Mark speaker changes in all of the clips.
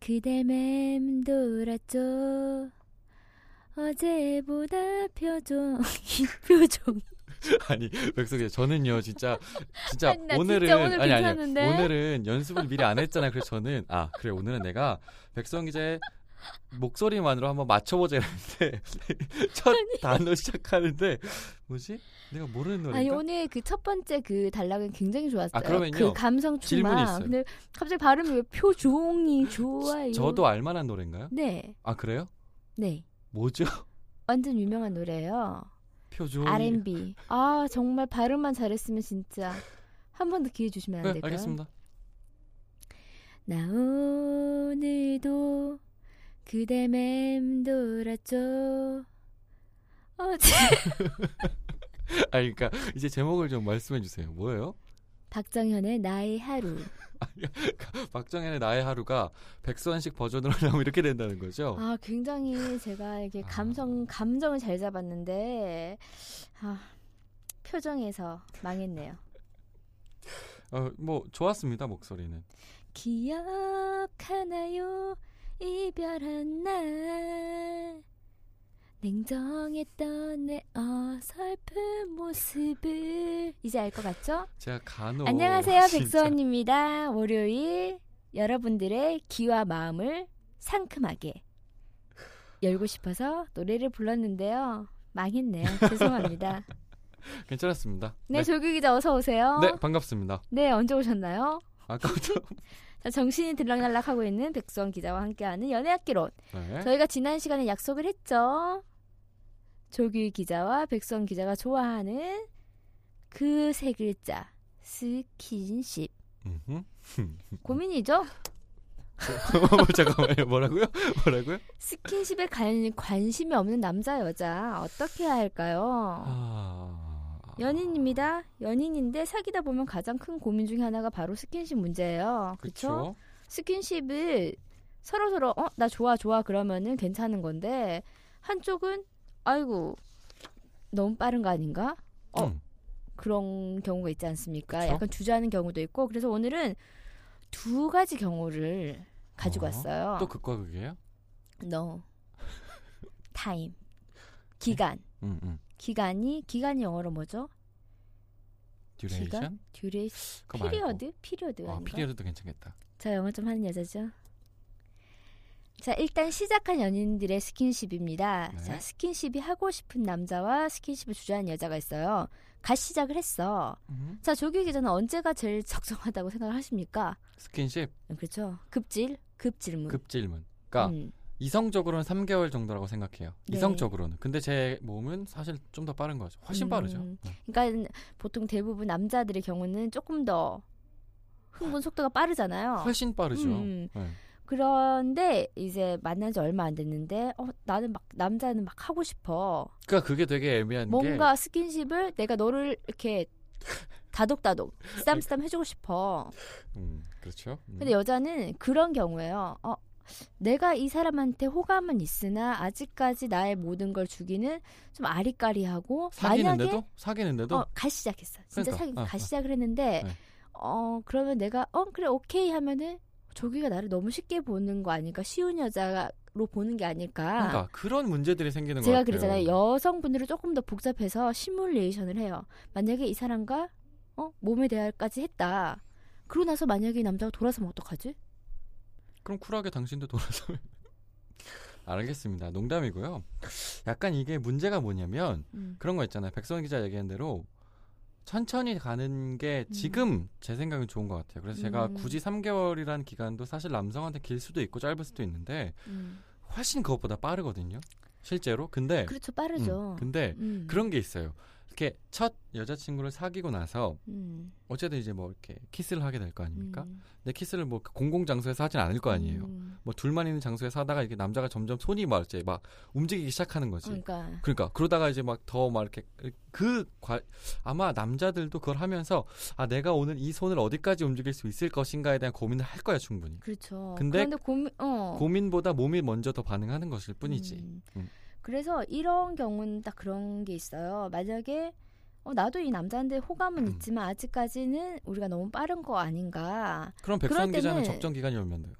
Speaker 1: 그댈 맴돌았죠. 어제보다 표정, 이 표정.
Speaker 2: 아니 백석이 저는요 진짜 진짜
Speaker 1: 아니, 나 진짜
Speaker 2: 오늘은
Speaker 1: 오늘
Speaker 2: 아니 아니
Speaker 1: 괜찮은데?
Speaker 2: 오늘은 연습을 미리 안 했잖아요. 그래서 저는 아 그래 오늘은 내가 백성 기자의 목소리만으로 한번 맞춰보자 했는데 첫 단어 시작하는데 뭐지 내가 모르는
Speaker 1: 아니
Speaker 2: 노래인가?
Speaker 1: 오늘 그 첫 번째 그 단락은 굉장히 좋았어요.
Speaker 2: 아, 그러면요.
Speaker 1: 그 감성
Speaker 2: 질문이
Speaker 1: 충만.
Speaker 2: 있어요.
Speaker 1: 근데 갑자기 발음이 왜 표종이 좋아요?
Speaker 2: 저도 알만한 노래인가요?
Speaker 1: 네,
Speaker 2: 아 그래요?
Speaker 1: 네,
Speaker 2: 뭐죠?
Speaker 1: 완전 유명한 노래예요.
Speaker 2: 표정
Speaker 1: R&B. 아 정말 발음만 잘했으면 진짜 한 번 더 기회 주시면 안
Speaker 2: 네,
Speaker 1: 될까요?
Speaker 2: 알겠습니다.
Speaker 1: 나 오늘도 그대 어, 맴돌았죠. 어제
Speaker 2: 아 그러니까 이제 제목을 좀 말씀해 주세요. 뭐예요?
Speaker 1: 박정현의 나의 하루.
Speaker 2: 박정현의 나의 하루가 백수한식 버전으로 나오면 이렇게 된다는 거죠?
Speaker 1: 아, 굉장히 제가 이렇게
Speaker 2: 어. 아.
Speaker 1: 감성 감정을 잘 잡았는데 아, 표정에서 망했네요.
Speaker 2: 어 뭐 좋았습니다 목소리는.
Speaker 1: 기억하나요? 이별한 날 냉정했던 내 어설픈 모습을 이제 알 것 같죠?
Speaker 2: 제가 간혹 아,
Speaker 1: 안녕하세요,
Speaker 2: 진짜
Speaker 1: 백수원입니다. 월요일 여러분들의 귀와 마음을 상큼하게 열고 싶어서 노래를 불렀는데요. 망했네요. 죄송합니다.
Speaker 2: 괜찮았습니다.
Speaker 1: 네, 조규 기자 어서 오세요.
Speaker 2: 네, 반갑습니다.
Speaker 1: 네, 언제 오셨나요?
Speaker 2: 아까부터
Speaker 1: 자, 정신이 들락날락하고 있는 백수원 기자와 함께하는 연애학기론.
Speaker 2: 네.
Speaker 1: 저희가 지난 시간에 약속을 했죠. 조규 기자와 백수원 기자가 좋아하는 그 세 글자 스킨십.
Speaker 2: 음흠.
Speaker 1: 고민이죠?
Speaker 2: 어, 잠깐만요. 뭐라고요? 뭐라고요?
Speaker 1: 스킨십에 관, 관심이 없는 남자 여자 어떻게 해야 할까요?
Speaker 2: 아.
Speaker 1: 연인입니다. 연인인데 사귀다 보면 가장 큰 고민 중에 하나가 바로 스킨십 문제예요. 그렇죠?
Speaker 2: 그렇죠.
Speaker 1: 스킨십을 서로 서로 어 나 좋아 좋아 그러면은 괜찮은 건데 한쪽은 아이고 너무 빠른 거 아닌가? 어.
Speaker 2: 음.
Speaker 1: 그런 경우가 있지 않습니까?
Speaker 2: 그쵸?
Speaker 1: 약간 주저하는 경우도 있고 그래서 오늘은 두 가지 경우를 가지고
Speaker 2: 어,
Speaker 1: 왔어요.
Speaker 2: 또 극과 극이에요?
Speaker 1: no time 기간
Speaker 2: 음, 음.
Speaker 1: 기간이 기간이 영어로 뭐죠?
Speaker 2: 듀레이션?
Speaker 1: 듀레
Speaker 2: 그거 말고.
Speaker 1: 피리어드 피리어드
Speaker 2: 아,
Speaker 1: 아닌가?
Speaker 2: 피리어드도 괜찮겠다.
Speaker 1: 저 영어 좀 하는 여자죠. 자 일단 시작한 연인들의 스킨십입니다.
Speaker 2: 네.
Speaker 1: 자 스킨십이 하고 싶은 남자와 스킨십을 주저하는 여자가 있어요. 갓 시작을 했어.
Speaker 2: 음.
Speaker 1: 자 조규 기자는 언제가 제일 적정하다고 생각을 하십니까?
Speaker 2: 스킨십
Speaker 1: 음, 그렇죠. 급질 급질문.
Speaker 2: 급질문. 그러니까
Speaker 1: 음.
Speaker 2: 이성적으로는 3개월 정도라고 생각해요.
Speaker 1: 네.
Speaker 2: 이성적으로는. 근데 제 몸은 사실 좀 더 빠른 거죠. 훨씬
Speaker 1: 음.
Speaker 2: 빠르죠. 네.
Speaker 1: 그러니까 보통 대부분 남자들의 경우는 조금 더 흥분 속도가 빠르잖아요.
Speaker 2: 훨씬 빠르죠.
Speaker 1: 음.
Speaker 2: 네.
Speaker 1: 그런데 이제 만난 지 얼마 안 됐는데 어, 나는 막 남자는 막 하고 싶어.
Speaker 2: 그러니까 그게 되게 애매한 게
Speaker 1: 뭔가 스킨십을 내가 너를 이렇게 다독다독 쓰담쓰담 해주고 싶어.
Speaker 2: 음, 그렇죠. 음.
Speaker 1: 근데 여자는 그런 경우에요. 어, 내가 이 사람한테 호감은 있으나 아직까지 나의 모든 걸 주기는 좀 아리까리하고 만약에
Speaker 2: 사귀는데도 사귀는데도
Speaker 1: 어, 갓 시작했어. 진짜
Speaker 2: 그러니까,
Speaker 1: 사기
Speaker 2: 어,
Speaker 1: 갓
Speaker 2: 어.
Speaker 1: 시작을 했는데
Speaker 2: 네.
Speaker 1: 어 그러면 내가 어 그래 오케이 하면은 조기가 나를 너무 쉽게 보는 거 아닐까 쉬운 여자로 보는 게 아닐까.
Speaker 2: 그러니까 그런 문제들이 생기는 거
Speaker 1: 제가
Speaker 2: 같아요. 네.
Speaker 1: 그러잖아요. 여성분들을 조금 더 복잡해서 시뮬레이션을 해요. 만약에 이 사람과 어 몸에 대할까지 했다. 그러고 나서 만약에 이 남자가 돌아서면 어떡하지?
Speaker 2: 그럼 쿨하게 당신도 돌아서면 알겠습니다. 농담이고요. 약간 이게 문제가 뭐냐면
Speaker 1: 음.
Speaker 2: 그런 거 있잖아요. 백선 기자 얘기한 대로 천천히 가는 게 지금 제 생각은 좋은 것 같아요. 그래서 제가
Speaker 1: 음.
Speaker 2: 굳이 3개월이란 기간도 사실 남성한테 길 수도 있고 짧을 수도 있는데
Speaker 1: 음.
Speaker 2: 훨씬 그것보다 빠르거든요. 실제로. 근데
Speaker 1: 그렇죠. 빠르죠.
Speaker 2: 네. 음, 근데
Speaker 1: 음.
Speaker 2: 그런 게 있어요. 이렇게 첫 여자친구를 사귀고 나서
Speaker 1: 음,
Speaker 2: 어쨌든 이제 뭐 이렇게 키스를 하게 될 거 아닙니까?
Speaker 1: 음.
Speaker 2: 근데 키스를 뭐 공공 장소에서 하진 않을 거 그러니까 아니에요.
Speaker 1: 음.
Speaker 2: 뭐 둘만 있는 장소에서 하다가 이게 남자가 점점 손이 막 이제 막 움직이기 시작하는 거지.
Speaker 1: 그러니까
Speaker 2: 그러니까 그러다가 이제 막 더 막 이렇게 그 과- 아마 남자들도 그걸 하면서 아 내가 오늘 이 손을 어디까지 움직일 수 있을 것인가에 대한 고민을 할 거야 충분히.
Speaker 1: 그렇죠.
Speaker 2: 근데
Speaker 1: 그런데 고민 어
Speaker 2: 고민보다 몸이 먼저 더 반응하는 것일 뿐이지.
Speaker 1: 음.
Speaker 2: 음.
Speaker 1: 그래서 이런 경우는 딱 그런 게 있어요. 만약에 어, 나도 이 남자한테 호감은
Speaker 2: 음.
Speaker 1: 있지만 아직까지는 우리가 너무 빠른 거 아닌가.
Speaker 2: 그럼 백선
Speaker 1: 그럴 때는
Speaker 2: 기자는 적정 기간이 얼면 돼요?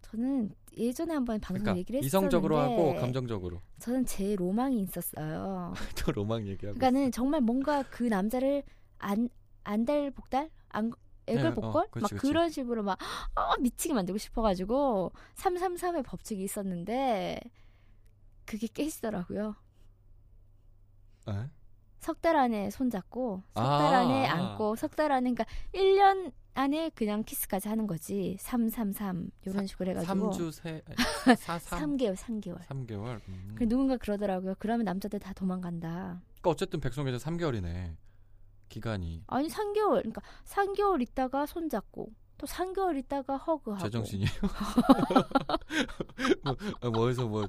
Speaker 1: 저는 예전에 한번 방송
Speaker 2: 그러니까
Speaker 1: 얘기를 했었는데
Speaker 2: 이성적으로 하고 감정적으로
Speaker 1: 저는 제 로망이 있었어요.
Speaker 2: 또 로망 얘기하고.
Speaker 1: 그러니까는 정말 뭔가 그 남자를 안 안달복달 안 애걸복걸
Speaker 2: 네, 어, 그치,
Speaker 1: 막
Speaker 2: 그치.
Speaker 1: 그런 식으로 막 어, 미치게 만들고 싶어가지고 333의 법칙이 있었는데 그게 깨지더라고요.
Speaker 2: 있어요. 에?
Speaker 1: 석 달 안에 손잡고 석 달
Speaker 2: 아,
Speaker 1: 안에
Speaker 2: 아.
Speaker 1: 안고 석 달 안에 그러니까 1년 안에 그냥 키스까지 하는 거지. 333 이런 식으로 해가지고
Speaker 2: 3주 세 4, 3,
Speaker 1: 3개월 3개월.
Speaker 2: 3개월. 음.
Speaker 1: 그 누군가 그러더라고요. 그러면 남자들 다 도망간다.
Speaker 2: 그러니까 어쨌든 백선 기자 3개월이네. 기간이
Speaker 1: 아니 3개월 그러니까 3개월 있다가 손잡고 또 3개월 있다가 허그하고
Speaker 2: 제정신이에요. 뭐, 뭐에서 뭐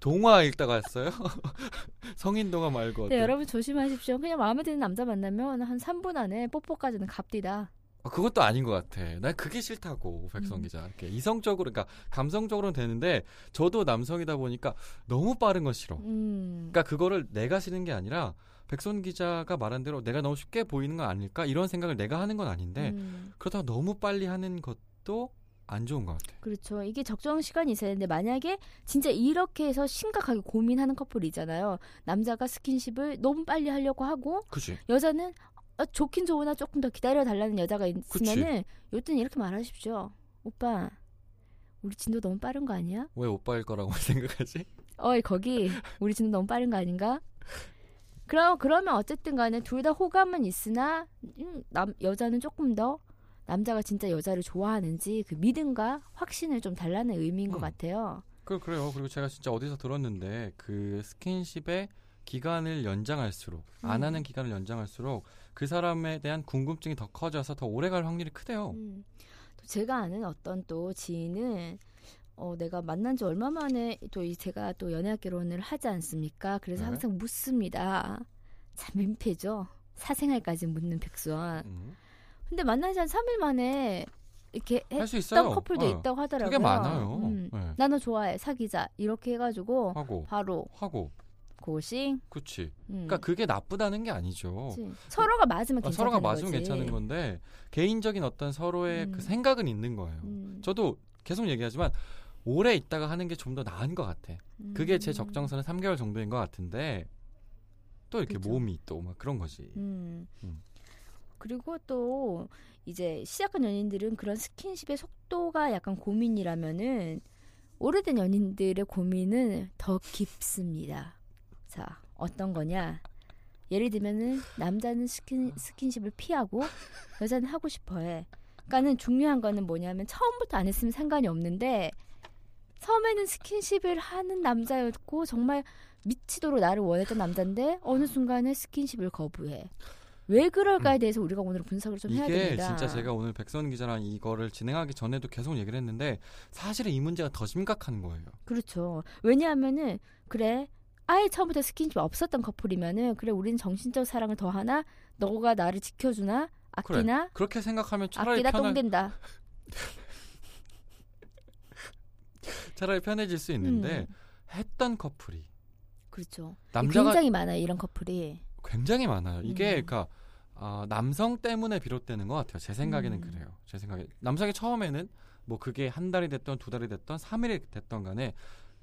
Speaker 2: 동화 읽다가 왔어요? 성인 동화 말고
Speaker 1: 네,
Speaker 2: 어때요?
Speaker 1: 여러분 조심하십시오. 그냥 마음에 드는 남자 만나면 한 3분 안에 뽀뽀까지는 갑디다.
Speaker 2: 아, 그것도 아닌 것 같아. 난 그게 싫다고 백성
Speaker 1: 음.
Speaker 2: 기자. 이렇게 이성적으로, 그러니까 감성적으로는 되는데 저도 남성이다 보니까 너무 빠른 건 싫어.
Speaker 1: 음.
Speaker 2: 그러니까 그거를 내가 싫은 게 아니라 백선 기자가 말한 대로 내가 너무 쉽게 보이는 건 아닐까 이런 생각을 내가 하는 건 아닌데
Speaker 1: 음.
Speaker 2: 그렇다고 너무 빨리 하는 것도 안 좋은 것 같아.
Speaker 1: 그렇죠. 이게 적정 시간이 있어야 되는데 만약에 진짜 이렇게 해서 심각하게 고민하는 커플이잖아요. 남자가 스킨십을 너무 빨리 하려고 하고
Speaker 2: 그치?
Speaker 1: 여자는 어, 좋긴 좋으나 조금 더 기다려 달라는 여자가 있으면은 요때는 이렇게 말하십시오. 오빠, 우리 진도 너무 빠른 거 아니야?
Speaker 2: 왜 오빠일 거라고 생각하지?
Speaker 1: 어이 거기 우리 지금 너무 빠른 거 아닌가? 그럼 그러면 어쨌든 간에 둘 다 호감은 있으나 음, 남 여자는 조금 더 남자가 진짜 여자를 좋아하는지 그 믿음과 확신을 좀 달라는 의미인 것
Speaker 2: 음.
Speaker 1: 같아요.
Speaker 2: 그 그래요. 그리고 제가 진짜 어디서 들었는데 그 스킨십의 기간을 연장할수록 안
Speaker 1: 음.
Speaker 2: 하는 기간을 연장할수록 그 사람에 대한 궁금증이 더 커져서 더 오래갈 확률이 크대요.
Speaker 1: 음. 또 제가 아는 어떤 또 지인은 어, 내가 만난 지 얼마 만에 또 이 제가 또 연애학 결혼을 하지 않습니까? 그래서
Speaker 2: 네.
Speaker 1: 항상 묻습니다. 참 민폐죠. 사생활까지 묻는 백수원.
Speaker 2: 음.
Speaker 1: 근데 만난 지 한 3일 만에 이렇게 해,
Speaker 2: 할 수 있어요.
Speaker 1: 했던 커플도
Speaker 2: 어,
Speaker 1: 있다고 하더라고요.
Speaker 2: 되게 많아요.
Speaker 1: 음.
Speaker 2: 네. 어.
Speaker 1: 나 너 좋아해 사귀자 이렇게 해가지고
Speaker 2: 하고
Speaker 1: 바로
Speaker 2: 하고
Speaker 1: 고싱.
Speaker 2: 그치.
Speaker 1: 음.
Speaker 2: 그러니까 그게 나쁘다는 게 아니죠.
Speaker 1: 그치. 서로가 맞으면
Speaker 2: 아,
Speaker 1: 괜찮은
Speaker 2: 서로가 맞으면
Speaker 1: 거지.
Speaker 2: 괜찮은 건데 개인적인 어떤 서로의
Speaker 1: 음.
Speaker 2: 그 생각은 있는 거예요.
Speaker 1: 음.
Speaker 2: 저도 계속 얘기하지만 오래 있다가 하는 게 좀 더 나은 것 같아.
Speaker 1: 음.
Speaker 2: 그게 제 적정선은 3개월 정도인 것 같은데 또 이렇게
Speaker 1: 그죠.
Speaker 2: 몸이 또 막 그런 거지.
Speaker 1: 음.
Speaker 2: 음.
Speaker 1: 그리고 또 이제 시작한 연인들은 그런 스킨십의 속도가 약간 고민이라면은 오래된 연인들의 고민은 더 깊습니다. 자 어떤 거냐? 예를 들면은 남자는 스킨 스킨십을 피하고 여자는 하고 싶어해. 그러니까는 중요한 거는 뭐냐면 처음부터 안 했으면 상관이 없는데 처음에는 스킨십을 하는 남자였고 정말 미치도록 나를 원했던 남자인데 어느 순간에 스킨십을 거부해. 왜 그럴까에 대해서 우리가 오늘 분석을 좀 해야
Speaker 2: 음. 이게
Speaker 1: 됩니다.
Speaker 2: 진짜 제가 오늘 백선 기자랑 이거를 진행하기 전에도 계속 얘기를 했는데 사실은 이 문제가 더 심각한 거예요.
Speaker 1: 그렇죠. 왜냐하면은 그래 아예 처음부터 스킨십 없었던 커플이면은 그래 우리는 정신적 사랑을 더 하나 너가 나를 지켜주나 아끼나
Speaker 2: 그렇게 생각하면 차라리
Speaker 1: 아끼다
Speaker 2: 편해
Speaker 1: 똥된다.
Speaker 2: 차라리 편해질 수 있는데
Speaker 1: 음.
Speaker 2: 했던 커플이
Speaker 1: 그렇죠.
Speaker 2: 남자가 굉장히,
Speaker 1: 굉장히 많아요 이런 커플이.
Speaker 2: 많아요. 이게
Speaker 1: 음.
Speaker 2: 그러니까 아, 남성 때문에 비롯되는 것 같아요. 제 생각에는
Speaker 1: 음.
Speaker 2: 그래요. 제 생각에 남성이 처음에는 뭐 그게 한 달이 됐던 두 달이 됐던 삼일이 됐던 간에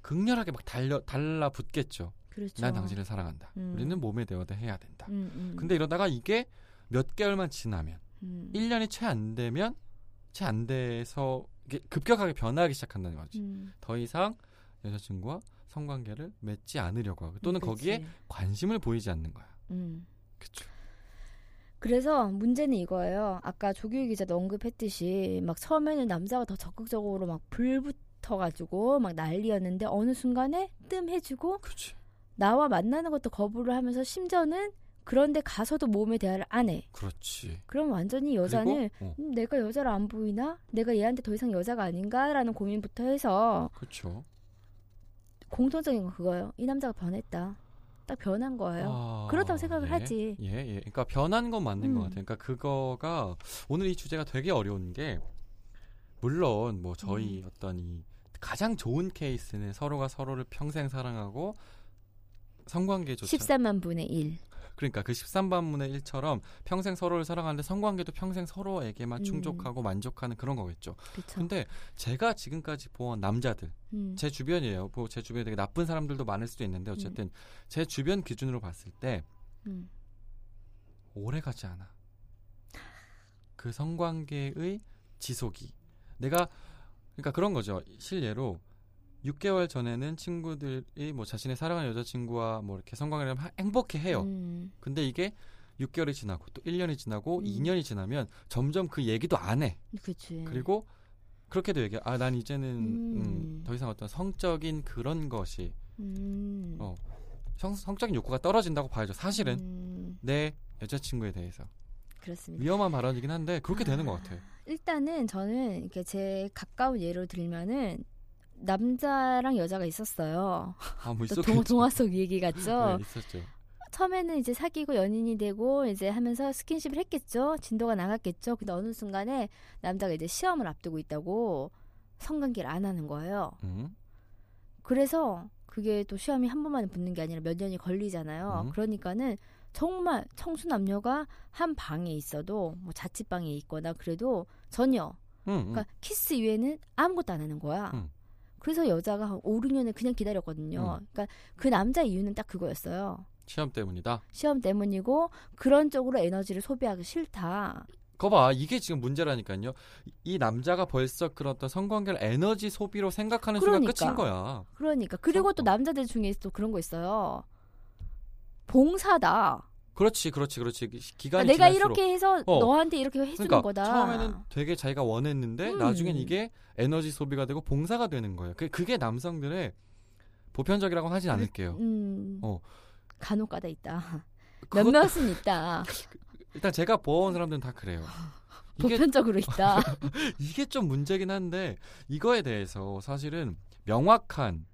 Speaker 2: 극렬하게 막 달려 달라붙겠죠.
Speaker 1: 그렇죠.
Speaker 2: 난 당신을 사랑한다.
Speaker 1: 음.
Speaker 2: 우리는 몸에 대어도 해야 된다.
Speaker 1: 음, 음,
Speaker 2: 근데 이러다가 이게 몇 개월만 지나면
Speaker 1: 음.
Speaker 2: 1년이 채 안 되면 채 안 돼서 이게 급격하게 변하기 시작한다는 거지.
Speaker 1: 음,
Speaker 2: 더 이상 여자친구와 성관계를 맺지 않으려고 하고 또는
Speaker 1: 음, 그렇지.
Speaker 2: 거기에 관심을 보이지 않는 거야.
Speaker 1: 음.
Speaker 2: 그쵸.
Speaker 1: 그래서 문제는 이거예요. 아까 조규희 기자도 언급했듯이 막 처음에는 남자가 더 적극적으로 막 불붙어가지고 막 난리였는데 어느 순간에 뜸해지고
Speaker 2: 그치.
Speaker 1: 나와 만나는 것도 거부를 하면서 심지어는 그런데 가서도 몸에 대화를 안 해.
Speaker 2: 그렇지.
Speaker 1: 그럼 완전히 여자는
Speaker 2: 그리고, 어,
Speaker 1: 음, 내가 여자를 안 보이나? 내가 얘한테 더 이상 여자가 아닌가라는 고민부터 해서
Speaker 2: 그렇죠.
Speaker 1: 공통적인 건 그거예요. 이 남자가 변했다. 딱 변한 거예요.
Speaker 2: 아,
Speaker 1: 그렇다고 생각을
Speaker 2: 예.
Speaker 1: 하지.
Speaker 2: 예, 예. 그러니까 변한 건 맞는 것
Speaker 1: 음.
Speaker 2: 같아요. 그러니까 그거가 오늘 이 주제가 되게 어려운 게 물론 뭐 저희
Speaker 1: 음.
Speaker 2: 어떤 이 가장 좋은 케이스는 서로가 서로를 평생 사랑하고 성관계조차
Speaker 1: 13만 분의 1.
Speaker 2: 그러니까 그 13반문의 1처럼 평생 서로를 사랑하는데 성관계도 평생 서로에게만
Speaker 1: 음.
Speaker 2: 충족하고 만족하는 그런 거겠죠.
Speaker 1: 그렇죠.
Speaker 2: 근데 제가 지금까지 본 남자들
Speaker 1: 음.
Speaker 2: 제 주변이에요. 뭐제 주변에 되게 나쁜 사람들도 많을 수도 있는데 어쨌든 제 주변 기준으로 봤을 때
Speaker 1: 음.
Speaker 2: 오래 가지 않아. 그 성관계의 지속이 내가 그러니까 그런 거죠. 실례로 6개월 전에는 친구들이 뭐 자신의 사랑하는 여자친구와 뭐 이렇게 성관계를 하면 행복해 해요.
Speaker 1: 음.
Speaker 2: 근데 이게 6개월이 지나고 또 1년이 지나고
Speaker 1: 음.
Speaker 2: 2년이 지나면 점점 그 얘기도 안 해.
Speaker 1: 그치.
Speaker 2: 그리고 그렇게도 얘기해. 아, 난 이제는 음,
Speaker 1: 음.
Speaker 2: 더 이상 어떤 성적인 그런 것이
Speaker 1: 음.
Speaker 2: 어, 성, 성적인 욕구가 떨어진다고 봐야죠. 사실은
Speaker 1: 음,
Speaker 2: 내 여자친구에 대해서
Speaker 1: 그렇습니다.
Speaker 2: 위험한 발언이긴 한데 그렇게 되는 것 같아.
Speaker 1: 일단은 저는 이렇게 제 가까운 예로 들면은 남자랑 여자가 있었어요.
Speaker 2: 아, 뭐
Speaker 1: 또
Speaker 2: 있었겠죠.
Speaker 1: 동, 동화 속 얘기 같죠.
Speaker 2: 네, 있었죠.
Speaker 1: 처음에는 이제 사귀고 연인이 되고 이제 하면서 스킨십을 했겠죠. 진도가 나갔겠죠. 근데 어느 순간에 남자가 이제 시험을 앞두고 있다고 성관계를 안 하는 거예요.
Speaker 2: 음.
Speaker 1: 그래서 그게 또 시험이 한 번만에 붙는 게 아니라 몇 년이 걸리잖아요.
Speaker 2: 음.
Speaker 1: 그러니까는 정말 청수 남녀가 한 방에 있어도 뭐 자취방에 있거나 그래도 전혀
Speaker 2: 음, 음.
Speaker 1: 그러니까 키스 이외에는 아무것도 안 하는 거야.
Speaker 2: 음.
Speaker 1: 그래서 여자가 한 5, 6년을 그냥 기다렸거든요.
Speaker 2: 음.
Speaker 1: 그러니까 그 남자 이유는 딱 그거였어요.
Speaker 2: 시험 때문이다.
Speaker 1: 시험 때문이고 그런 쪽으로 에너지를 소비하기 싫다.
Speaker 2: 거봐 이게 지금 문제라니까요. 이- 이 남자가 벌써 그런 어떤 성관계를 에너지 소비로 생각하는 순간
Speaker 1: 그러니까.
Speaker 2: 끝인 거야.
Speaker 1: 그러니까 그리고 또
Speaker 2: 어.
Speaker 1: 남자들 중에 또 그런 거 있어요. 봉사다.
Speaker 2: 그렇지, 그렇지, 그렇지. 기- 기간이
Speaker 1: 그러니까 내가
Speaker 2: 지날수록.
Speaker 1: 이렇게 해서
Speaker 2: 어.
Speaker 1: 너한테 이렇게 해주는
Speaker 2: 그러니까
Speaker 1: 거다.
Speaker 2: 처음에는 되게 자기가 원했는데
Speaker 1: 음.
Speaker 2: 나중엔 이게 에너지 소비가 되고 봉사가 되는 거예요. 그게, 그게 남성들의 보편적이라고는 하진 않을게요.
Speaker 1: 음,
Speaker 2: 어.
Speaker 1: 간혹가다 있다.
Speaker 2: 그것-
Speaker 1: 몇몇은 있다.
Speaker 2: 일단 제가 보아온 사람들은 다 그래요. 이게
Speaker 1: 보편적으로 있다.
Speaker 2: 이게 좀 문제긴 한데 이거에 대해서 사실은 명확한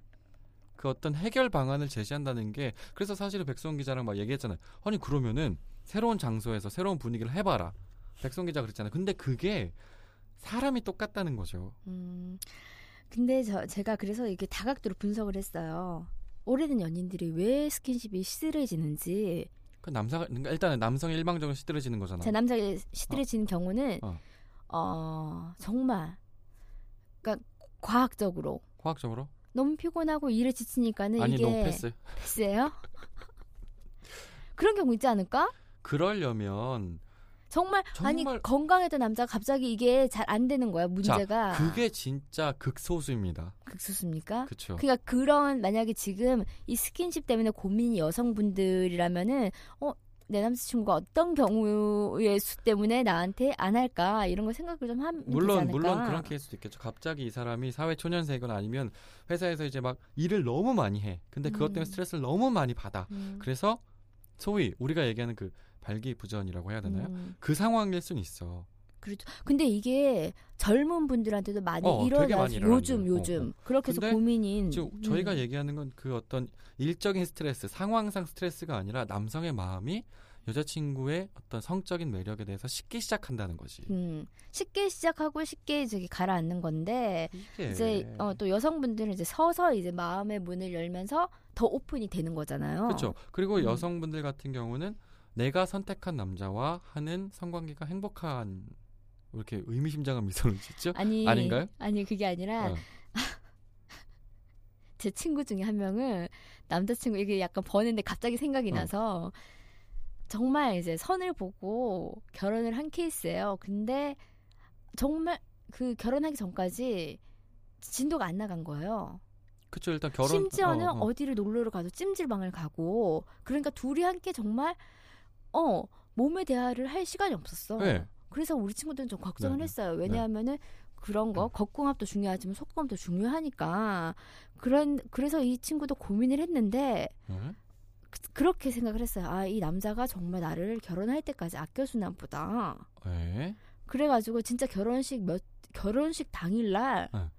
Speaker 2: 그 어떤 해결 방안을 제시한다는 게 그래서 사실은 백성 기자랑 막 얘기했잖아요. 아니 그러면은 새로운 장소에서 새로운 분위기를 해봐라. 백성 기자 그랬잖아요. 근데 그게 사람이 똑같다는 거죠.
Speaker 1: 음, 근데 저, 제가 그래서 이렇게 다각도로 분석을 했어요. 오래된 연인들이 왜 스킨십이 시들해지는지
Speaker 2: 그 남자가 그러니까 일단은 남성이 일방적으로 시들해지는 거잖아.
Speaker 1: 자 남자가 시들해지는 경우는
Speaker 2: 어.
Speaker 1: 어. 정말 그러니까 과학적으로
Speaker 2: 과학적으로?
Speaker 1: 너무 피곤하고 일에 지치니까는
Speaker 2: 아니
Speaker 1: 네, 이게
Speaker 2: 너무 패스.
Speaker 1: 예요 그런 경우 있지 않을까?
Speaker 2: 그러려면
Speaker 1: 정말,
Speaker 2: 정말-
Speaker 1: 아니 건강했던 남자가 갑자기 이게 잘 안 되는 거야 문제가
Speaker 2: 그게 진짜 극소수입니다.
Speaker 1: 극수수입니까?
Speaker 2: 그렇죠.
Speaker 1: 그러니까 그런 만약에 지금 이 스킨십 때문에 고민이 여성분들이라면은 어 내 남자친구가 어떤 경우의 수 때문에 나한테 안 할까 이런 걸 생각을 좀 하면
Speaker 2: 물론
Speaker 1: 되지 않을까?
Speaker 2: 물론 그런 케이스도 있겠죠. 갑자기 이 사람이 사회 초년생이거나 아니면 회사에서 이제 막 일을 너무 많이 해. 근데 그것 때문에
Speaker 1: 음.
Speaker 2: 스트레스를 너무 많이 받아.
Speaker 1: 음.
Speaker 2: 그래서 소위 우리가 얘기하는 그 발기부전이라고 해야 되나요?
Speaker 1: 음.
Speaker 2: 그 상황일 순 있어.
Speaker 1: 그렇죠. 근데 이게 젊은 분들한테도 많이
Speaker 2: 어, 되게
Speaker 1: 일어나요.
Speaker 2: 많이 일어나는
Speaker 1: 요즘
Speaker 2: 거예요.
Speaker 1: 요즘 그렇게 해서
Speaker 2: 근데
Speaker 1: 고민인.
Speaker 2: 지금 저희가
Speaker 1: 음.
Speaker 2: 얘기하는 건 그 어떤 일적인 스트레스, 상황상 스트레스가 아니라 남성의 마음이 여자친구의 어떤 성적인 매력에 대해서 식기 시작한다는 거지.
Speaker 1: 음, 쉽게 시작하고 쉽게 저기 가라앉는 건데
Speaker 2: 이게
Speaker 1: 이제 어, 또 여성분들은 이제 서서 이제 마음의 문을 열면서 더 오픈이 되는 거잖아요.
Speaker 2: 그렇죠. 그리고
Speaker 1: 음.
Speaker 2: 여성분들 같은 경우는 내가 선택한 남자와 하는 성관계가 행복한 왜 이렇게 의미심장한 미소를 짓죠?
Speaker 1: 아니
Speaker 2: 아닌가요?
Speaker 1: 아니 그게 아니라 네.
Speaker 2: 어.
Speaker 1: 제 친구 중에 한 명은 남자친구 이게 약간 버는데 갑자기 생각이
Speaker 2: 어.
Speaker 1: 나서 정말 이제 선을 보고 결혼을 한 케이스예요. 근데 정말 그 결혼하기 전까지 진도가 안 나간 거예요.
Speaker 2: 그쵸 일단 결혼
Speaker 1: 심지어는
Speaker 2: 어, 어.
Speaker 1: 어, 디를 놀러를 가도 찜질방을 가고 그러니까 둘이 함께 정말 어 몸의 대화를 할 시간이 없었어.
Speaker 2: 네.
Speaker 1: 그래서 우리 친구들은 좀 걱정을
Speaker 2: 네, 네.
Speaker 1: 했어요. 왜냐하면은 그런 거 겉궁합도 중요하지만 속궁합도 중요하니까 그런 그래서 이 친구도 고민을 했는데
Speaker 2: 네?
Speaker 1: 그- 그렇게 생각을 했어요. 아, 이 남자가 정말 나를 결혼할 때까지 아껴주나 보다.
Speaker 2: 예. 에?
Speaker 1: 그래가지고 진짜 결혼식 몇 결혼식 당일날
Speaker 2: 어.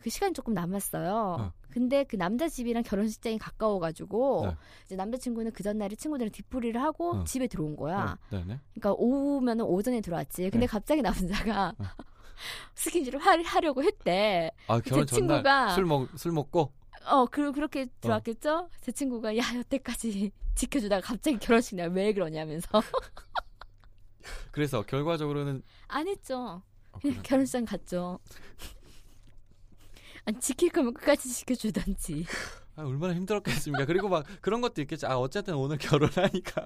Speaker 1: 그 시간 이 조금 남았어요.
Speaker 2: 어.
Speaker 1: 근데 그 남자 집이랑 결혼식장이 가까워가지고
Speaker 2: 네.
Speaker 1: 이제 남자친구는 그 전날에 친구들이랑 뒷풀이를 하고
Speaker 2: 어.
Speaker 1: 집에 들어온 거야.
Speaker 2: 어, 네네.
Speaker 1: 그러니까 오후면 오전에 들어왔지. 근데
Speaker 2: 네.
Speaker 1: 갑자기 남자가
Speaker 2: 어.
Speaker 1: 스킨십을 하- 하려고 했대.
Speaker 2: 아 결혼 전날
Speaker 1: 그 친구가-
Speaker 2: 술 먹 술 먹고
Speaker 1: 어, 그, 그렇게 들어왔겠죠? 제 친구가, 야, 여태까지 지켜주다가 갑자기 결혼식 날 왜 그러냐면서.
Speaker 2: 그래서 결과적으로는
Speaker 1: 안 했죠.
Speaker 2: 어,
Speaker 1: 그냥
Speaker 2: 그래.
Speaker 1: 결혼식 갔죠. 아니, 지킬 거면 끝까지 지켜주던지.
Speaker 2: 아, 얼마나 힘들었겠습니까? 그리고 막 그런 것도 있겠지. 아 어쨌든 오늘 결혼하니까.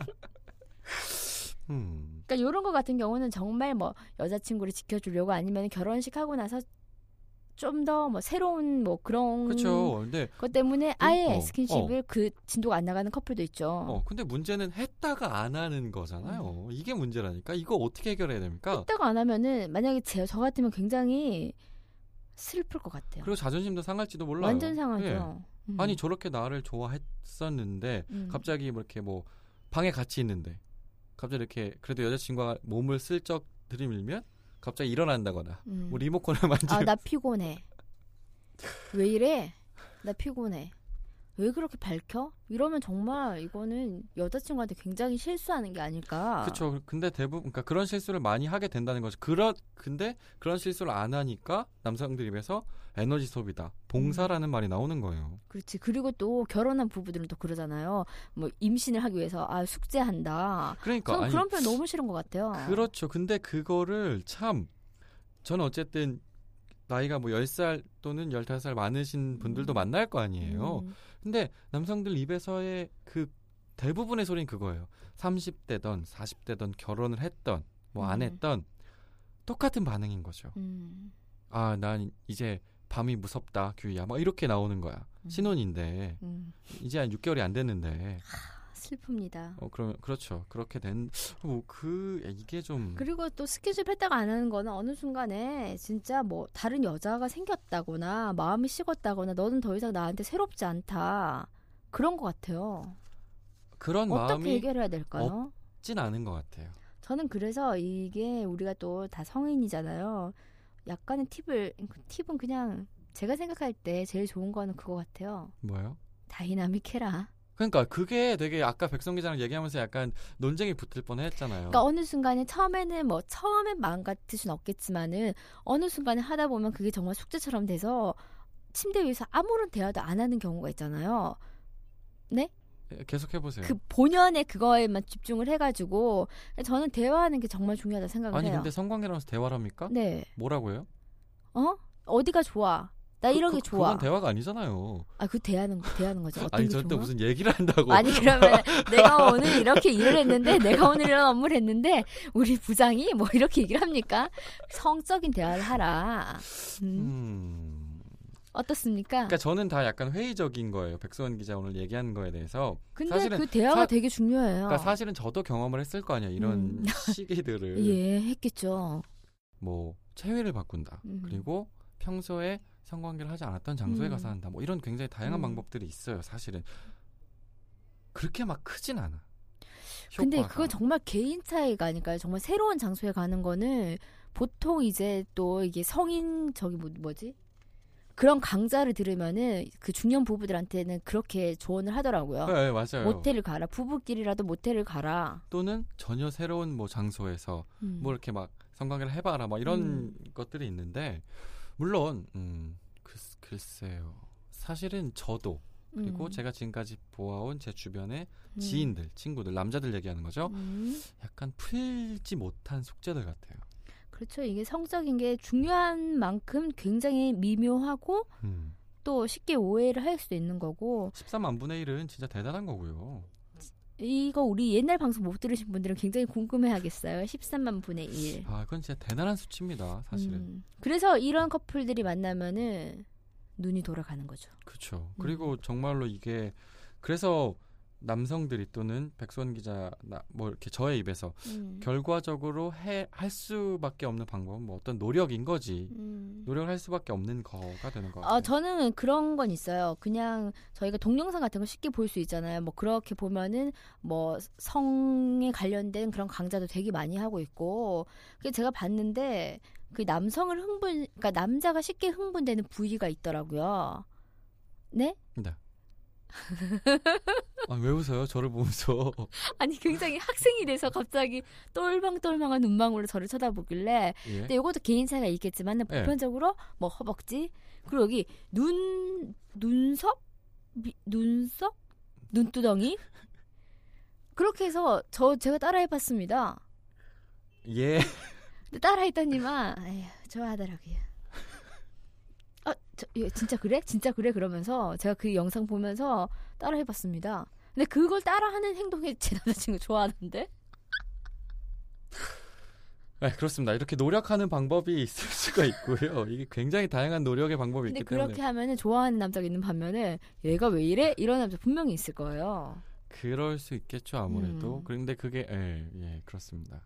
Speaker 2: 음.
Speaker 1: 그러니까 이런 거 같은 경우는 정말 뭐 여자친구를 지켜주려고 아니면 결혼식 하고 나서 좀 더 뭐 새로운 뭐 그런
Speaker 2: 그렇죠. 근데
Speaker 1: 것 때문에 아예
Speaker 2: 어,
Speaker 1: 스킨십을 그 진도가 안 나가는 커플도 있죠.
Speaker 2: 어 근데 문제는 했다가 안 하는 거잖아요.
Speaker 1: 음.
Speaker 2: 이게 문제라니까. 이거 어떻게 해결해야 됩니까?
Speaker 1: 했다고 안 하면은 만약에 제, 저 같으면 굉장히 슬플 것 같아요.
Speaker 2: 그리고 자존심도 상할지도 몰라요.
Speaker 1: 완전
Speaker 2: 예.
Speaker 1: 상하죠. 음.
Speaker 2: 아니 저렇게 나를 좋아했었는데
Speaker 1: 음.
Speaker 2: 갑자기 뭐 이렇게 뭐 방에 같이 있는데 갑자기 이렇게 그래도 여자친구가 몸을 슬쩍 들이밀면 갑자기 일어난다거나
Speaker 1: 음.
Speaker 2: 뭐 리모컨을 만지고
Speaker 1: 아, 나 피곤해. 왜 이래? 나 피곤해. 왜 그렇게 밝혀? 이러면 정말 이거는 여자친구한테 굉장히 실수하는 게 아닐까.
Speaker 2: 그렇죠. 근데 대부분 그러니까 그런 실수를 많이 하게 된다는 거죠. 그런 근데 그런 실수를 안 하니까 남성들 입에서 에너지 소비다,
Speaker 1: 음.
Speaker 2: 봉사라는 말이 나오는 거예요.
Speaker 1: 그렇지. 그리고 또 결혼한 부부들은 또 그러잖아요. 뭐 임신을 하기 위해서 아 숙제한다.
Speaker 2: 그러니까
Speaker 1: 저는
Speaker 2: 아니
Speaker 1: 그런 표현 너무 싫은 것 같아요.
Speaker 2: 그렇죠. 근데 그거를 참 저는 어쨌든 나이가 뭐 10살 또는 15살 많으신 분들도
Speaker 1: 음.
Speaker 2: 만날 거 아니에요.
Speaker 1: 음.
Speaker 2: 근데 남성들 입에서의 그 대부분의 소리는 그거예요. 30대던 40대던 결혼을 했던 뭐 안
Speaker 1: 음.
Speaker 2: 했던 똑같은 반응인 거죠.
Speaker 1: 음.
Speaker 2: 아, 난 이제 밤이 무섭다, 규야. 막 이렇게 나오는 거야.
Speaker 1: 음.
Speaker 2: 신혼인데
Speaker 1: 음.
Speaker 2: 이제 한 6개월이 안 됐는데.
Speaker 1: 아. 슬픕니다.
Speaker 2: 어, 그러면 그렇죠. 그렇게 어, 된뭐그 이게 좀
Speaker 1: 그리고 또 스킨십 했다가 안 하는 거는 어느 순간에 진짜 뭐 다른 여자가 생겼다거나 마음이 식었다거나 너는 더 이상 나한테 새롭지 않다 그런 것 같아요.
Speaker 2: 그런
Speaker 1: 어떻게
Speaker 2: 마음이
Speaker 1: 해결해야 될까요?
Speaker 2: 없진 않은 것 같아요.
Speaker 1: 저는 그래서 이게 우리가 또 다 성인이잖아요. 약간의 팁을 팁은 그냥 제가 생각할 때 제일 좋은 거는 그거 같아요.
Speaker 2: 뭐요?
Speaker 1: 다이나믹해라.
Speaker 2: 그러니까 그게 되게 아까 백성 기자랑 얘기하면서 약간 논쟁이 붙을 뻔했잖아요.
Speaker 1: 그러니까 어느 순간에 처음에는 뭐 처음엔 마음 같을 순 없겠지만은 어느 순간에 하다 보면 그게 정말 숙제처럼 돼서 침대 위에서 아무런 대화도 안 하는 경우가 있잖아요.
Speaker 2: 예, 계속 해보세요.
Speaker 1: 그 본연의 그거에만 집중을 해가지고 저는 대화하는 게 정말 중요하다 생각을
Speaker 2: 아니
Speaker 1: 해요.
Speaker 2: 근데 성관계라면서 대화를 합니까?
Speaker 1: 네,
Speaker 2: 뭐라고 해요?
Speaker 1: 어 어디가 좋아? 나
Speaker 2: 그-
Speaker 1: 이런 게
Speaker 2: 그-
Speaker 1: 좋아.
Speaker 2: 그건 대화가 아니잖아요.
Speaker 1: 아, 그 대하는 거, 대하는 거죠. 어떤
Speaker 2: 아니
Speaker 1: 게
Speaker 2: 저는 또
Speaker 1: 좋아?
Speaker 2: 무슨 얘기를 한다고.
Speaker 1: 아니 그러면 내가 오늘 이렇게 일을 했는데 내가 오늘 이런 업무를 했는데 우리 부장이 뭐 이렇게 얘기를 합니까? 성적인 대화를 하라. 음,
Speaker 2: 음.
Speaker 1: 어떻습니까?
Speaker 2: 그러니까 저는 다 약간 회의적인 거예요. 백소원 기자 오늘 얘기한 거에 대해서.
Speaker 1: 근데
Speaker 2: 사실은
Speaker 1: 그 대화가
Speaker 2: 사-
Speaker 1: 되게 중요해요.
Speaker 2: 그러니까 사실은 저도 경험을 했을 거 아니에요. 이런
Speaker 1: 어. 음.
Speaker 2: 시기들을
Speaker 1: 예, 했겠죠.
Speaker 2: 뭐 체외를 바꾼다.
Speaker 1: 음.
Speaker 2: 그리고 평소에 성관계를 하지 않았던 장소에
Speaker 1: 음.
Speaker 2: 가서 한다. 뭐 이런 굉장히 다양한
Speaker 1: 음.
Speaker 2: 방법들이 있어요. 사실은 그렇게 막 크진 않아.
Speaker 1: 근데
Speaker 2: 효과가.
Speaker 1: 그건 정말 개인 차이가 아닐까요? 정말 새로운 장소에 가는 거는 보통 이제 또 이게 성인 저기 뭐, 뭐지? 그런 강좌를 들으면은 그 중년 부부들한테는 그렇게 조언을 하더라고요.
Speaker 2: 네, 네, 맞아요.
Speaker 1: 모텔을 가라. 부부끼리라도 모텔을 가라.
Speaker 2: 또는 전혀 새로운 뭐 장소에서
Speaker 1: 음.
Speaker 2: 뭐 이렇게 막 성관계를 해봐라 막 이런 것들이 있는데 물론 음, 글, 글쎄요 사실은 저도 그리고
Speaker 1: 음.
Speaker 2: 제가 지금까지 보아온 제 주변의
Speaker 1: 음.
Speaker 2: 지인들 친구들 남자들 얘기하는 거죠
Speaker 1: 음.
Speaker 2: 약간 풀지 못한 숙제들 같아요
Speaker 1: 그렇죠. 이게 성적인 게 중요한 만큼 굉장히 미묘하고
Speaker 2: 음.
Speaker 1: 또 쉽게 오해를 할 수도 있는 거고
Speaker 2: 13만 분의 1은 진짜 대단한 거고요
Speaker 1: 이거 우리 옛날 방송 못 들으신 분들은 굉장히 궁금해하겠어요. 13만 분의 1.
Speaker 2: 아 그건 진짜 대단한 수치입니다 사실은
Speaker 1: 음. 그래서 이런 커플들이 만나면은 눈이 돌아가는 거죠.
Speaker 2: 그렇죠 그리고 정말로 이게 그래서 남성들이 또는 백수원 기자나 뭐 이렇게 저의 입에서
Speaker 1: 음.
Speaker 2: 결과적으로 해, 할 수밖에 없는 방법은 뭐 어떤 노력인 거지.
Speaker 1: 음.
Speaker 2: 노력을 할 수밖에 없는 거가 되는 거 같아요.
Speaker 1: 아, 저는 그런 건 있어요. 그냥 저희가 동영상 같은 거 쉽게 볼 수 있잖아요. 뭐 그렇게 보면은 뭐 성에 관련된 그런 강좌도 되게 많이 하고 있고. 그 제가 봤는데 그 남성을 흥분 그러니까 남자가 쉽게 흥분되는 부위가 있더라고요. 네?
Speaker 2: 아, 왜 웃어요? 저를 보면서.
Speaker 1: 아니 굉장히 학생이 돼서 갑자기 똘망똘망한 눈망울로 저를 쳐다보길래
Speaker 2: 예.
Speaker 1: 근데 이것도 개인 차이가 있겠지만 은
Speaker 2: 예.
Speaker 1: 보편적으로 뭐 허벅지 그리고 여기 눈 눈썹 미- 눈썹 눈두덩이 그렇게 해서 저 제가 따라해봤습니다.
Speaker 2: 예.
Speaker 1: 근데 따라했더니만 에휴, 좋아하더라고요. 아, 저, 이거 진짜 그래? 진짜 그래? 그러면서 제가 그 영상 보면서 따라해봤습니다. 근데 그걸 따라하는 행동이 제 남자친구 좋아하는데
Speaker 2: 네, 그렇습니다. 이렇게 노력하는 방법이 있을 수가 있고요. 이게 굉장히 다양한 노력의 방법이
Speaker 1: 근데
Speaker 2: 있기
Speaker 1: 그렇게
Speaker 2: 때문에
Speaker 1: 하면은 좋아하는 남자가 있는 반면에 얘가 왜 이래? 이런 남자 분명히 있을 거예요.
Speaker 2: 그럴 수 있겠죠 아무래도.
Speaker 1: 음.
Speaker 2: 그런데 그게 예, 예 그렇습니다.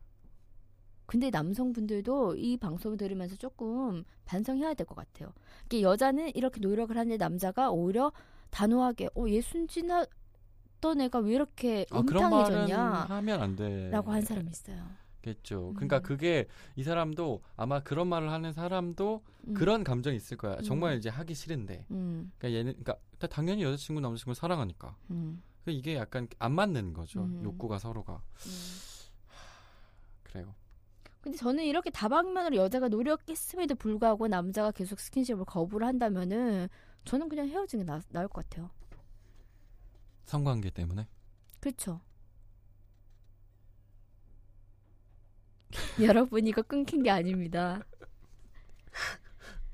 Speaker 1: 근데 남성분들도 이 방송을 들으면서 조금 반성해야 될 것 같아요. 이게 여자는 이렇게 노력을 하는데 남자가 오히려 단호하게 어얘 순진했던 애가 왜 이렇게
Speaker 2: 아, 그런 말은 네.
Speaker 1: 음탕해졌냐라고
Speaker 2: 하면 안 돼.
Speaker 1: 한 사람이 있어요.
Speaker 2: 겠죠.
Speaker 1: 음.
Speaker 2: 그러니까 그게 이 사람도 아마 그런 말을 하는 사람도
Speaker 1: 음,
Speaker 2: 그런 감정이 있을 거야.
Speaker 1: 음.
Speaker 2: 정말 이제 하기 싫은데.
Speaker 1: 음,
Speaker 2: 그러니까 얘는 그러니까 일단 당연히 여자친구 남자친구 를 사랑하니까.
Speaker 1: 음,
Speaker 2: 그 이게 약간 안 맞는 거죠.
Speaker 1: 음.
Speaker 2: 욕구가 서로가
Speaker 1: 음.
Speaker 2: 그래요.
Speaker 1: 근데 저는 이렇게 다방면으로 여자가 노력했음에도 불구하고 남자가 계속 스킨십을 거부를 한다면은 저는 그냥 헤어지는 게 나, 나을 것 같아요.
Speaker 2: 성관계 때문에.
Speaker 1: 그렇죠. 여러분 이거 끊긴 게 아닙니다.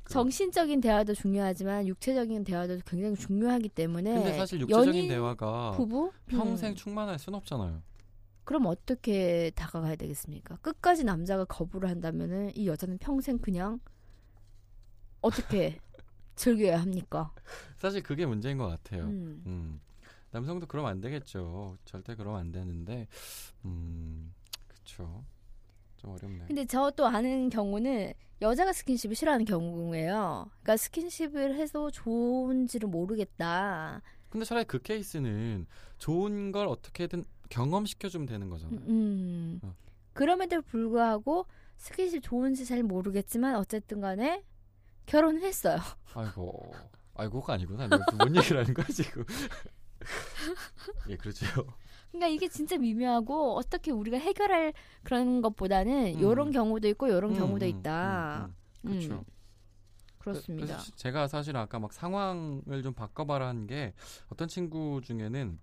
Speaker 1: 정신적인 대화도 중요하지만 육체적인 대화도 굉장히 중요하기 때문에
Speaker 2: 근데 사실 육체적인
Speaker 1: 네. 연인,
Speaker 2: 대화가
Speaker 1: 부부
Speaker 2: 평생
Speaker 1: 음,
Speaker 2: 충만할 순 없잖아요.
Speaker 1: 그럼 어떻게 다가가야 되겠습니까? 끝까지 남자가 거부를 한다면은 이 여자는 평생 그냥 어떻게 즐겨야 합니까?
Speaker 2: 사실 그게 문제인 것 같아요. 음.
Speaker 1: 음.
Speaker 2: 남성도 그러면 안 되겠죠. 절대 그러면 안 되는데, 음, 그쵸. 좀 어렵네요.
Speaker 1: 근데 저 또 아는 경우는 여자가 스킨십을 싫어하는 경우예요. 그러니까 스킨십을 해서 좋은지를 모르겠다.
Speaker 2: 근데 차라리 그 케이스는 좋은 걸 어떻게든 경험시켜주면 되는 거잖아요.
Speaker 1: 음.
Speaker 2: 어.
Speaker 1: 그럼에도 불구하고 스킨십 좋은지 잘 모르겠지만 어쨌든 간에 결혼을 했어요.
Speaker 2: 아이고, 아이고가 아니구나. 내가 또뭔 얘기를 하는 거야, 지금. 예, 그렇죠.
Speaker 1: 그러니까 이게 진짜 미묘하고 어떻게 우리가 해결할 그런 것보다는
Speaker 2: 음.
Speaker 1: 요런 경우도 있고 요런 경우도
Speaker 2: 음,
Speaker 1: 있다.
Speaker 2: 음, 음,
Speaker 1: 음,
Speaker 2: 그렇죠.
Speaker 1: 그렇습니다.
Speaker 2: 그래서 제가 사실 아까 막 상황을 좀 바꿔봐라 한 게 어떤 친구 중에는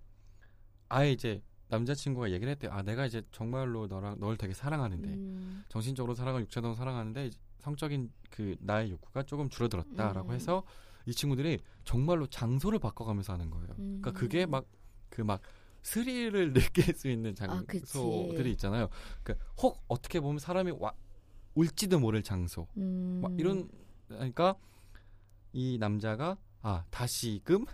Speaker 2: 아예 이제 남자친구가 얘기를 했대요. 아 내가 이제 정말로 너랑 널 되게 사랑하는데
Speaker 1: 음.
Speaker 2: 정신적으로 사랑하고 육체적으로 사랑하는데 이제 성적인 그 나의 욕구가 조금 줄어들었다라고
Speaker 1: 음.
Speaker 2: 해서 이 친구들이 정말로 장소를 바꿔가면서 하는 거예요. 그러니까
Speaker 1: 음.
Speaker 2: 그게 막 그 막 스릴을 느낄 수 있는
Speaker 1: 아, 그치.
Speaker 2: 장소들이 있잖아요. 그러니까 혹 어떻게 보면 사람이 와, 올지도 모를 장소.
Speaker 1: 음.
Speaker 2: 네. 막 이런 그러니까 이 남자가 아 다시금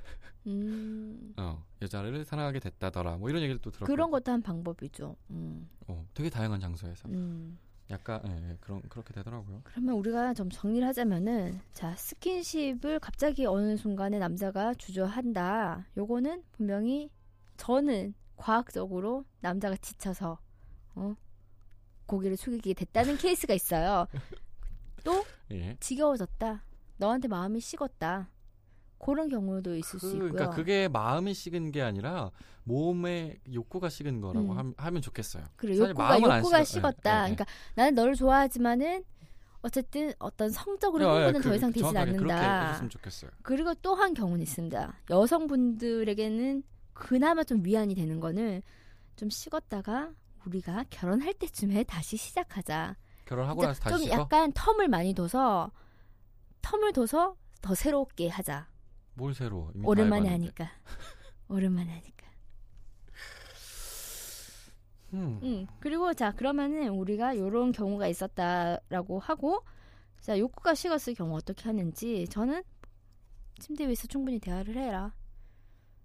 Speaker 1: 음.
Speaker 2: 어, 여자를 사랑하게 됐다더라 뭐 이런 얘기를 또 들었고
Speaker 1: 그런 것도 한 방법이죠. 음.
Speaker 2: 어, 되게 다양한 장소에서
Speaker 1: 음.
Speaker 2: 약간 예, 예, 그런 그렇게 되더라고요
Speaker 1: 그러면 우리가 좀 정리를 하자면은 자 스킨십을 갑자기 어느 순간에 남자가 주저한다. 요거는 분명히 저는 과학적으로 남자가 지쳐서 어 고개를 숙이게 됐다는 케이스가 있어요.
Speaker 2: 예
Speaker 1: 지겨워졌다. 너한테 마음이 식었다. 그런 경우도 있을 수
Speaker 2: 그,
Speaker 1: 있고요.
Speaker 2: 그러니까 그게 마음이 식은 게 아니라 몸의 욕구가 식은 거라고
Speaker 1: 음.
Speaker 2: 함- 하면 좋겠어요
Speaker 1: 그래
Speaker 2: 사실
Speaker 1: 욕구가
Speaker 2: 마음은 안
Speaker 1: 욕구가
Speaker 2: 식어-
Speaker 1: 식었다.
Speaker 2: 예, 예, 예.
Speaker 1: 그러니까 나는 너를 좋아하지만은 어쨌든 어떤 성적으로
Speaker 2: 예, 예,
Speaker 1: 흥분은
Speaker 2: 그-
Speaker 1: 더 이상 되지
Speaker 2: 정확하게 그렇게
Speaker 1: 않는다.
Speaker 2: 해줬으면 좋겠어요
Speaker 1: 그리고 또 한 경우는 있습니다. 여성분들에게는 그나마 좀 위안이 되는 거는 좀 식었다가 우리가 결혼할 때쯤에 다시 시작하자.
Speaker 2: 결혼하고
Speaker 1: 그러니까
Speaker 2: 나서 다시
Speaker 1: 좀
Speaker 2: 식어?
Speaker 1: 약간 텀을 많이 둬서 텀을 둬서 더 새롭게 하자.
Speaker 2: 뭘 새로 이미 다
Speaker 1: 오랜만에
Speaker 2: 해봤는데.
Speaker 1: 하니까. 오랜만에 하니까.
Speaker 2: 음.
Speaker 1: 음, 그리고 자 그러면은 우리가 요런 경우가 있었다라고 하고 자 욕구가 식었을 경우 어떻게 하는지 저는 침대 위에서 충분히 대화를 해라.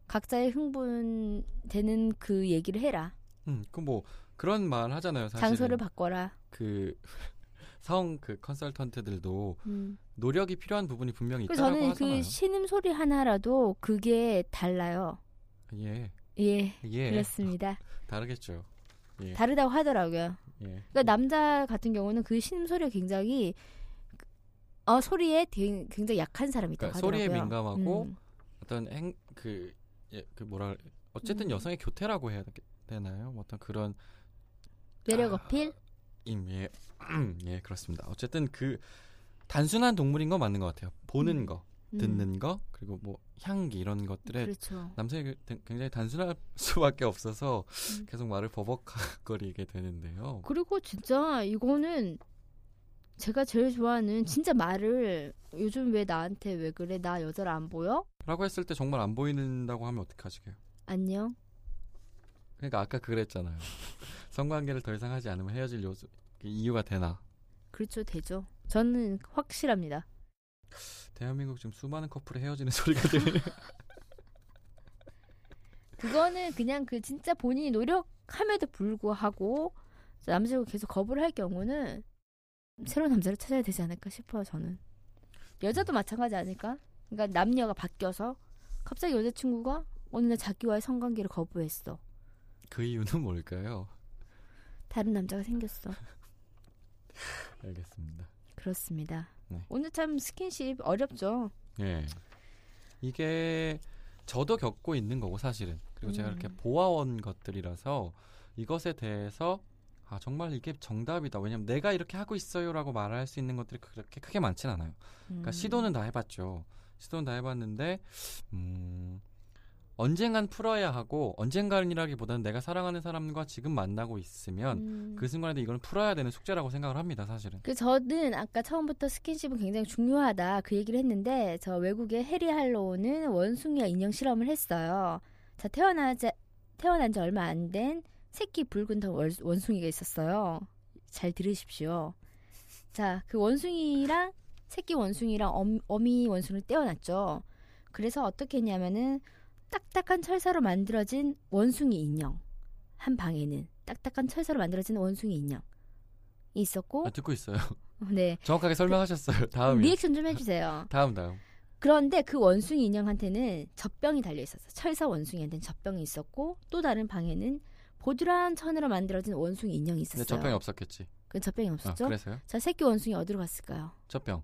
Speaker 1: 각자의 흥분되는 그 얘기를 해라.
Speaker 2: 음, 그뭐 그런 말 하잖아요. 사실
Speaker 1: 장소를 바꿔라.
Speaker 2: 그 사원 그 컨설턴트들도
Speaker 1: 음.
Speaker 2: 노력이 필요한 부분이 분명히
Speaker 1: 그
Speaker 2: 있다고
Speaker 1: 저는
Speaker 2: 하잖아요.
Speaker 1: 그 신음 소리 하나라도 그게 달라요.
Speaker 2: 예,
Speaker 1: 예,
Speaker 2: 예,
Speaker 1: 그렇습니다.
Speaker 2: 다르겠죠. 예.
Speaker 1: 다르다고 하더라고요.
Speaker 2: 예.
Speaker 1: 그러니까 남자 같은 경우는 그 신음 소리가 굉장히 어 소리에 되- 굉장히 약한 사람이 있다고
Speaker 2: 그러니까
Speaker 1: 하더라고요.
Speaker 2: 소리에 민감하고
Speaker 1: 음.
Speaker 2: 어떤 행그 예, 그 뭐랄 어쨌든
Speaker 1: 음.
Speaker 2: 여성의 교태라고 해야 되- 되나요? 뭐 어떤 그런
Speaker 1: 매력
Speaker 2: 아,
Speaker 1: 어필.
Speaker 2: 임예 예 그렇습니다. 어쨌든 그 단순한 동물인 건 맞는 것 같아요. 보는
Speaker 1: 음.
Speaker 2: 거,
Speaker 1: 음.
Speaker 2: 듣는 거, 그리고 뭐 향기 이런 것들에
Speaker 1: 그렇죠.
Speaker 2: 남성이 그- 굉장히 단순할 수밖에 없어서
Speaker 1: 음.
Speaker 2: 계속 말을 버벅거리게 되는데요.
Speaker 1: 그리고 진짜 이거는 제가 제일
Speaker 2: 음.
Speaker 1: 좋아하는 진짜 말을 요즘 왜 나한테 왜 그래 나 여자를 안 보여?
Speaker 2: 라고 했을 때 정말 안 보인다고 하면 어떡하시게요?
Speaker 1: 안녕.
Speaker 2: 그러니까 아까 그랬잖아요. 성관계를 더 이상 하지 않으면 헤어질 요소, 그 이유가 되나?
Speaker 1: 그렇죠 되죠. 저는 확실합니다.
Speaker 2: 대한민국 지금 수많은 커플이 헤어지는 소리가 들려요.
Speaker 1: 그거는 그냥 그 진짜 본인이 노력함에도 불구하고 남자친구 계속 거부를 할 경우는 새로운 남자를 찾아야 되지 않을까 싶어요 저는 여자도 마찬가지 아닐까? 그러니까 남녀가 바뀌어서 갑자기 여자친구가 어느 날 자기와의 성관계를 거부했어
Speaker 2: 그 이유는 뭘까요?
Speaker 1: 다른 남자가 생겼어
Speaker 2: 알겠습니다.
Speaker 1: 그렇습니다
Speaker 2: 네.
Speaker 1: 오늘 참 스킨십 어렵죠
Speaker 2: 예. 이게 저도 겪고 있는 거고 사실은. 그리고 제가
Speaker 1: 음.
Speaker 2: 이렇게 보아온 것들이라서 이것에 대해서 아 정말 이게 정답이다. 왜냐면 내가 이렇게 하고 있어요라고 말할 수 있는 것들이 그렇게 크게 많진 않아요. 그러니까
Speaker 1: 음.
Speaker 2: 시도는 다 해봤죠. 시도는 다 해봤는데 음, 언젠간 풀어야 하고 언젠간이라기보다는 내가 사랑하는 사람과 지금 만나고 있으면
Speaker 1: 음.
Speaker 2: 그 순간에도 이거는 풀어야 되는 숙제라고 생각을 합니다. 사실은.
Speaker 1: 그 저는 아까 처음부터 스킨십은 굉장히 중요하다 그 얘기를 했는데 저 외국의 해리 할로우는 원숭이와 인형 실험을 했어요. 자 태어나자 태어난 지 얼마 안 된 새끼 붉은 덩 월- 원숭이가 있었어요. 잘 들으십시오. 자 그 원숭이랑 새끼 원숭이랑 엄, 어미 원숭이를 떼어놨죠. 그래서 어떻게 했냐면은 딱딱한 철사로 만들어진 원숭이 인형 한 방에는 딱딱한 철사로 만들어진 원숭이 인형이 있었고
Speaker 2: 아, 듣고 있어요.
Speaker 1: 네
Speaker 2: 정확하게 설명하셨어요.
Speaker 1: 그
Speaker 2: 다음이
Speaker 1: 리액션 좀 해주세요.
Speaker 2: 다음 다음.
Speaker 1: 그런데 그 원숭이 인형한테는 젖병이 달려 있었어. 철사 원숭이한테는 젖병이 있었고 또 다른 방에는 보드란 천으로 만들어진 원숭이 인형이
Speaker 2: 근데
Speaker 1: 있었어요.
Speaker 2: 젖병이 없었겠지.
Speaker 1: 그 젖병이
Speaker 2: 아,
Speaker 1: 없었죠.
Speaker 2: 그래서요?
Speaker 1: 자 새끼 원숭이 어디로 갔을까요?
Speaker 2: 젖병.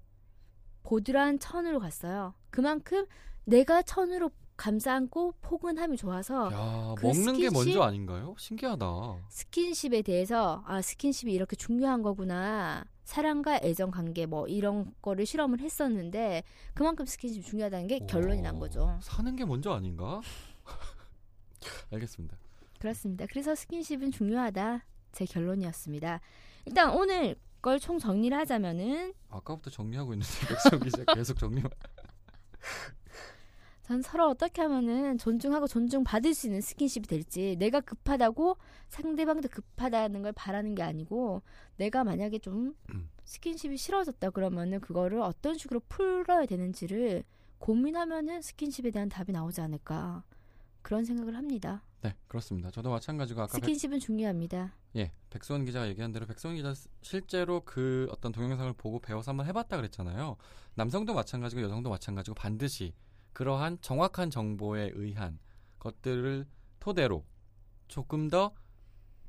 Speaker 1: 보드란 천으로 갔어요. 그만큼 내가 천으로 감싸안고 포근함이 좋아서
Speaker 2: 야,
Speaker 1: 그
Speaker 2: 먹는 게
Speaker 1: 스킨십?
Speaker 2: 먼저 아닌가요? 신기하다.
Speaker 1: 스킨십에 대해서 아 스킨십이 이렇게 중요한 거구나 사랑과 애정 관계 뭐 이런 거를 실험을 했었는데 그만큼 스킨십이 중요하다는 게 결론이 난
Speaker 2: 오,
Speaker 1: 거죠.
Speaker 2: 사는 게 먼저 아닌가? 알겠습니다.
Speaker 1: 그렇습니다. 그래서 스킨십은 중요하다. 제 결론이었습니다. 일단 오늘 걸 총 정리를 하자면은
Speaker 2: 아까부터 정리하고 있는데 백성 기자 계속 정리.
Speaker 1: 전 서로 어떻게 하면은 존중하고 존중받을 수 있는 스킨십이 될지 내가 급하다고 상대방도 급하다는 걸 바라는 게 아니고 내가 만약에 좀
Speaker 2: 음.
Speaker 1: 스킨십이 싫어졌다 그러면은 그거를 어떤 식으로 풀어야 되는지를 고민하면은 스킨십에 대한 답이 나오지 않을까 그런 생각을 합니다.
Speaker 2: 네, 그렇습니다. 저도 마찬가지고 아까 백,
Speaker 1: 스킨십은 중요합니다.
Speaker 2: 예 백수원 기자가 얘기한 대로 백수원 기자 스- 실제로 그 어떤 동영상을 보고 배워서 한번 해봤다 그랬잖아요. 남성도 마찬가지고 여성도 마찬가지고 반드시 그러한 정확한 정보에 의한 것들을 토대로 조금 더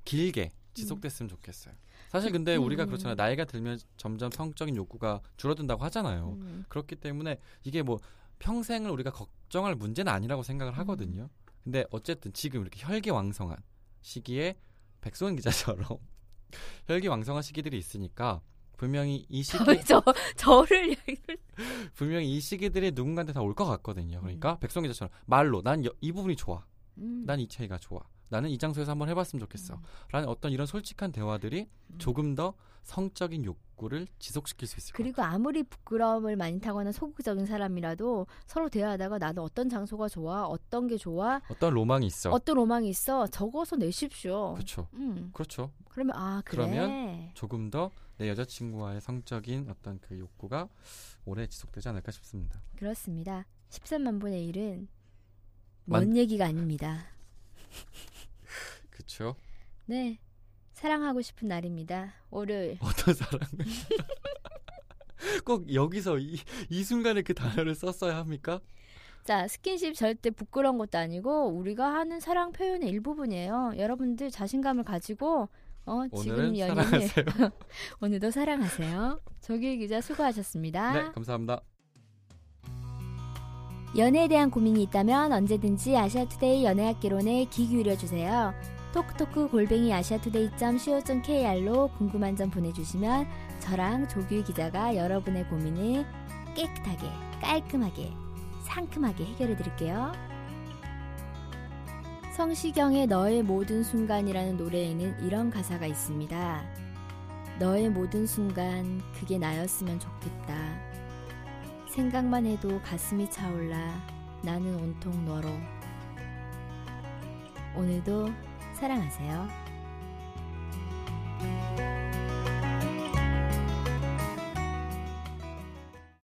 Speaker 2: 길게 지속됐으면 좋겠어요. 사실 근데
Speaker 1: 음,
Speaker 2: 우리가
Speaker 1: 음.
Speaker 2: 그렇잖아요. 나이가 들면 점점 성적인 욕구가 줄어든다고 하잖아요.
Speaker 1: 음.
Speaker 2: 그렇기 때문에 이게 뭐 평생을 우리가 걱정할 문제는 아니라고 생각을 하거든요. 근데 어쨌든 지금 이렇게 혈기왕성한 시기에 백소은 기자처럼 혈기왕성한 시기들이 있으니까 분명히 이 시기
Speaker 1: 저희 저 저를
Speaker 2: 분명히 이 시기들이 누군가한테 다 올 것 같거든요. 그러니까 백소은 기자처럼 말로 난 이 부분이 좋아,
Speaker 1: 음.
Speaker 2: 난 이 차이가 좋아, 나는 이 장소에서 한번 해봤으면 좋겠어. 라는 어떤 이런 솔직한 대화들이
Speaker 1: 음.
Speaker 2: 조금 더 성적인 욕구를 지속시킬 수 있을 것 같아요.
Speaker 1: 그리고 아무리 부끄러움을 많이 타거나 소극적인 사람이라도 서로 대화하다가 나는 어떤 장소가 좋아, 어떤 게 좋아,
Speaker 2: 어떤 로망이 있어.
Speaker 1: 어떤 로망이 있어 적어서 내십시오.
Speaker 2: 그렇죠.
Speaker 1: 음,
Speaker 2: 그렇죠.
Speaker 1: 그러면 아 그래.
Speaker 2: 그러면 조금 더 내 여자친구와의 성적인 어떤 그 욕구가 오래 지속되지 않을까 싶습니다.
Speaker 1: 그렇습니다. 13만 분의 1은 먼
Speaker 2: 만-
Speaker 1: 얘기가 아닙니다.
Speaker 2: 그쵸?
Speaker 1: 네. 사랑하고 싶은 날입니다. 월요일.
Speaker 2: 어떤 사람을 꼭 여기서 이, 이 순간에 그 단어를 썼어야 합니까?
Speaker 1: 자, 스킨십 절대 부끄러운 것도 아니고 우리가 하는 사랑 표현의 일부분이에요. 여러분들 자신감을 가지고 어, 지금
Speaker 2: 오늘은
Speaker 1: 연인을
Speaker 2: 사랑하세요.
Speaker 1: 오늘도 사랑하세요. 조길 기자 수고하셨습니다.
Speaker 2: 네, 감사합니다.
Speaker 1: 연애에 대한 고민이 있다면 언제든지 아시아투데이 연애학개론에 귀 기울여주세요. 톡톡 골뱅이 아시아투데이.co.kr로 궁금한 점 보내주시면 저랑 조규 기자가 여러분의 고민을 깨끗하게, 깔끔하게, 상큼하게 해결해드릴게요. 성시경의 너의 모든 순간이라는 노래에는 이런 가사가 있습니다. 너의 모든 순간, 그게 나였으면 좋겠다. 생각만 해도 가슴이 차올라 나는 온통 너로 오늘도 사랑하세요.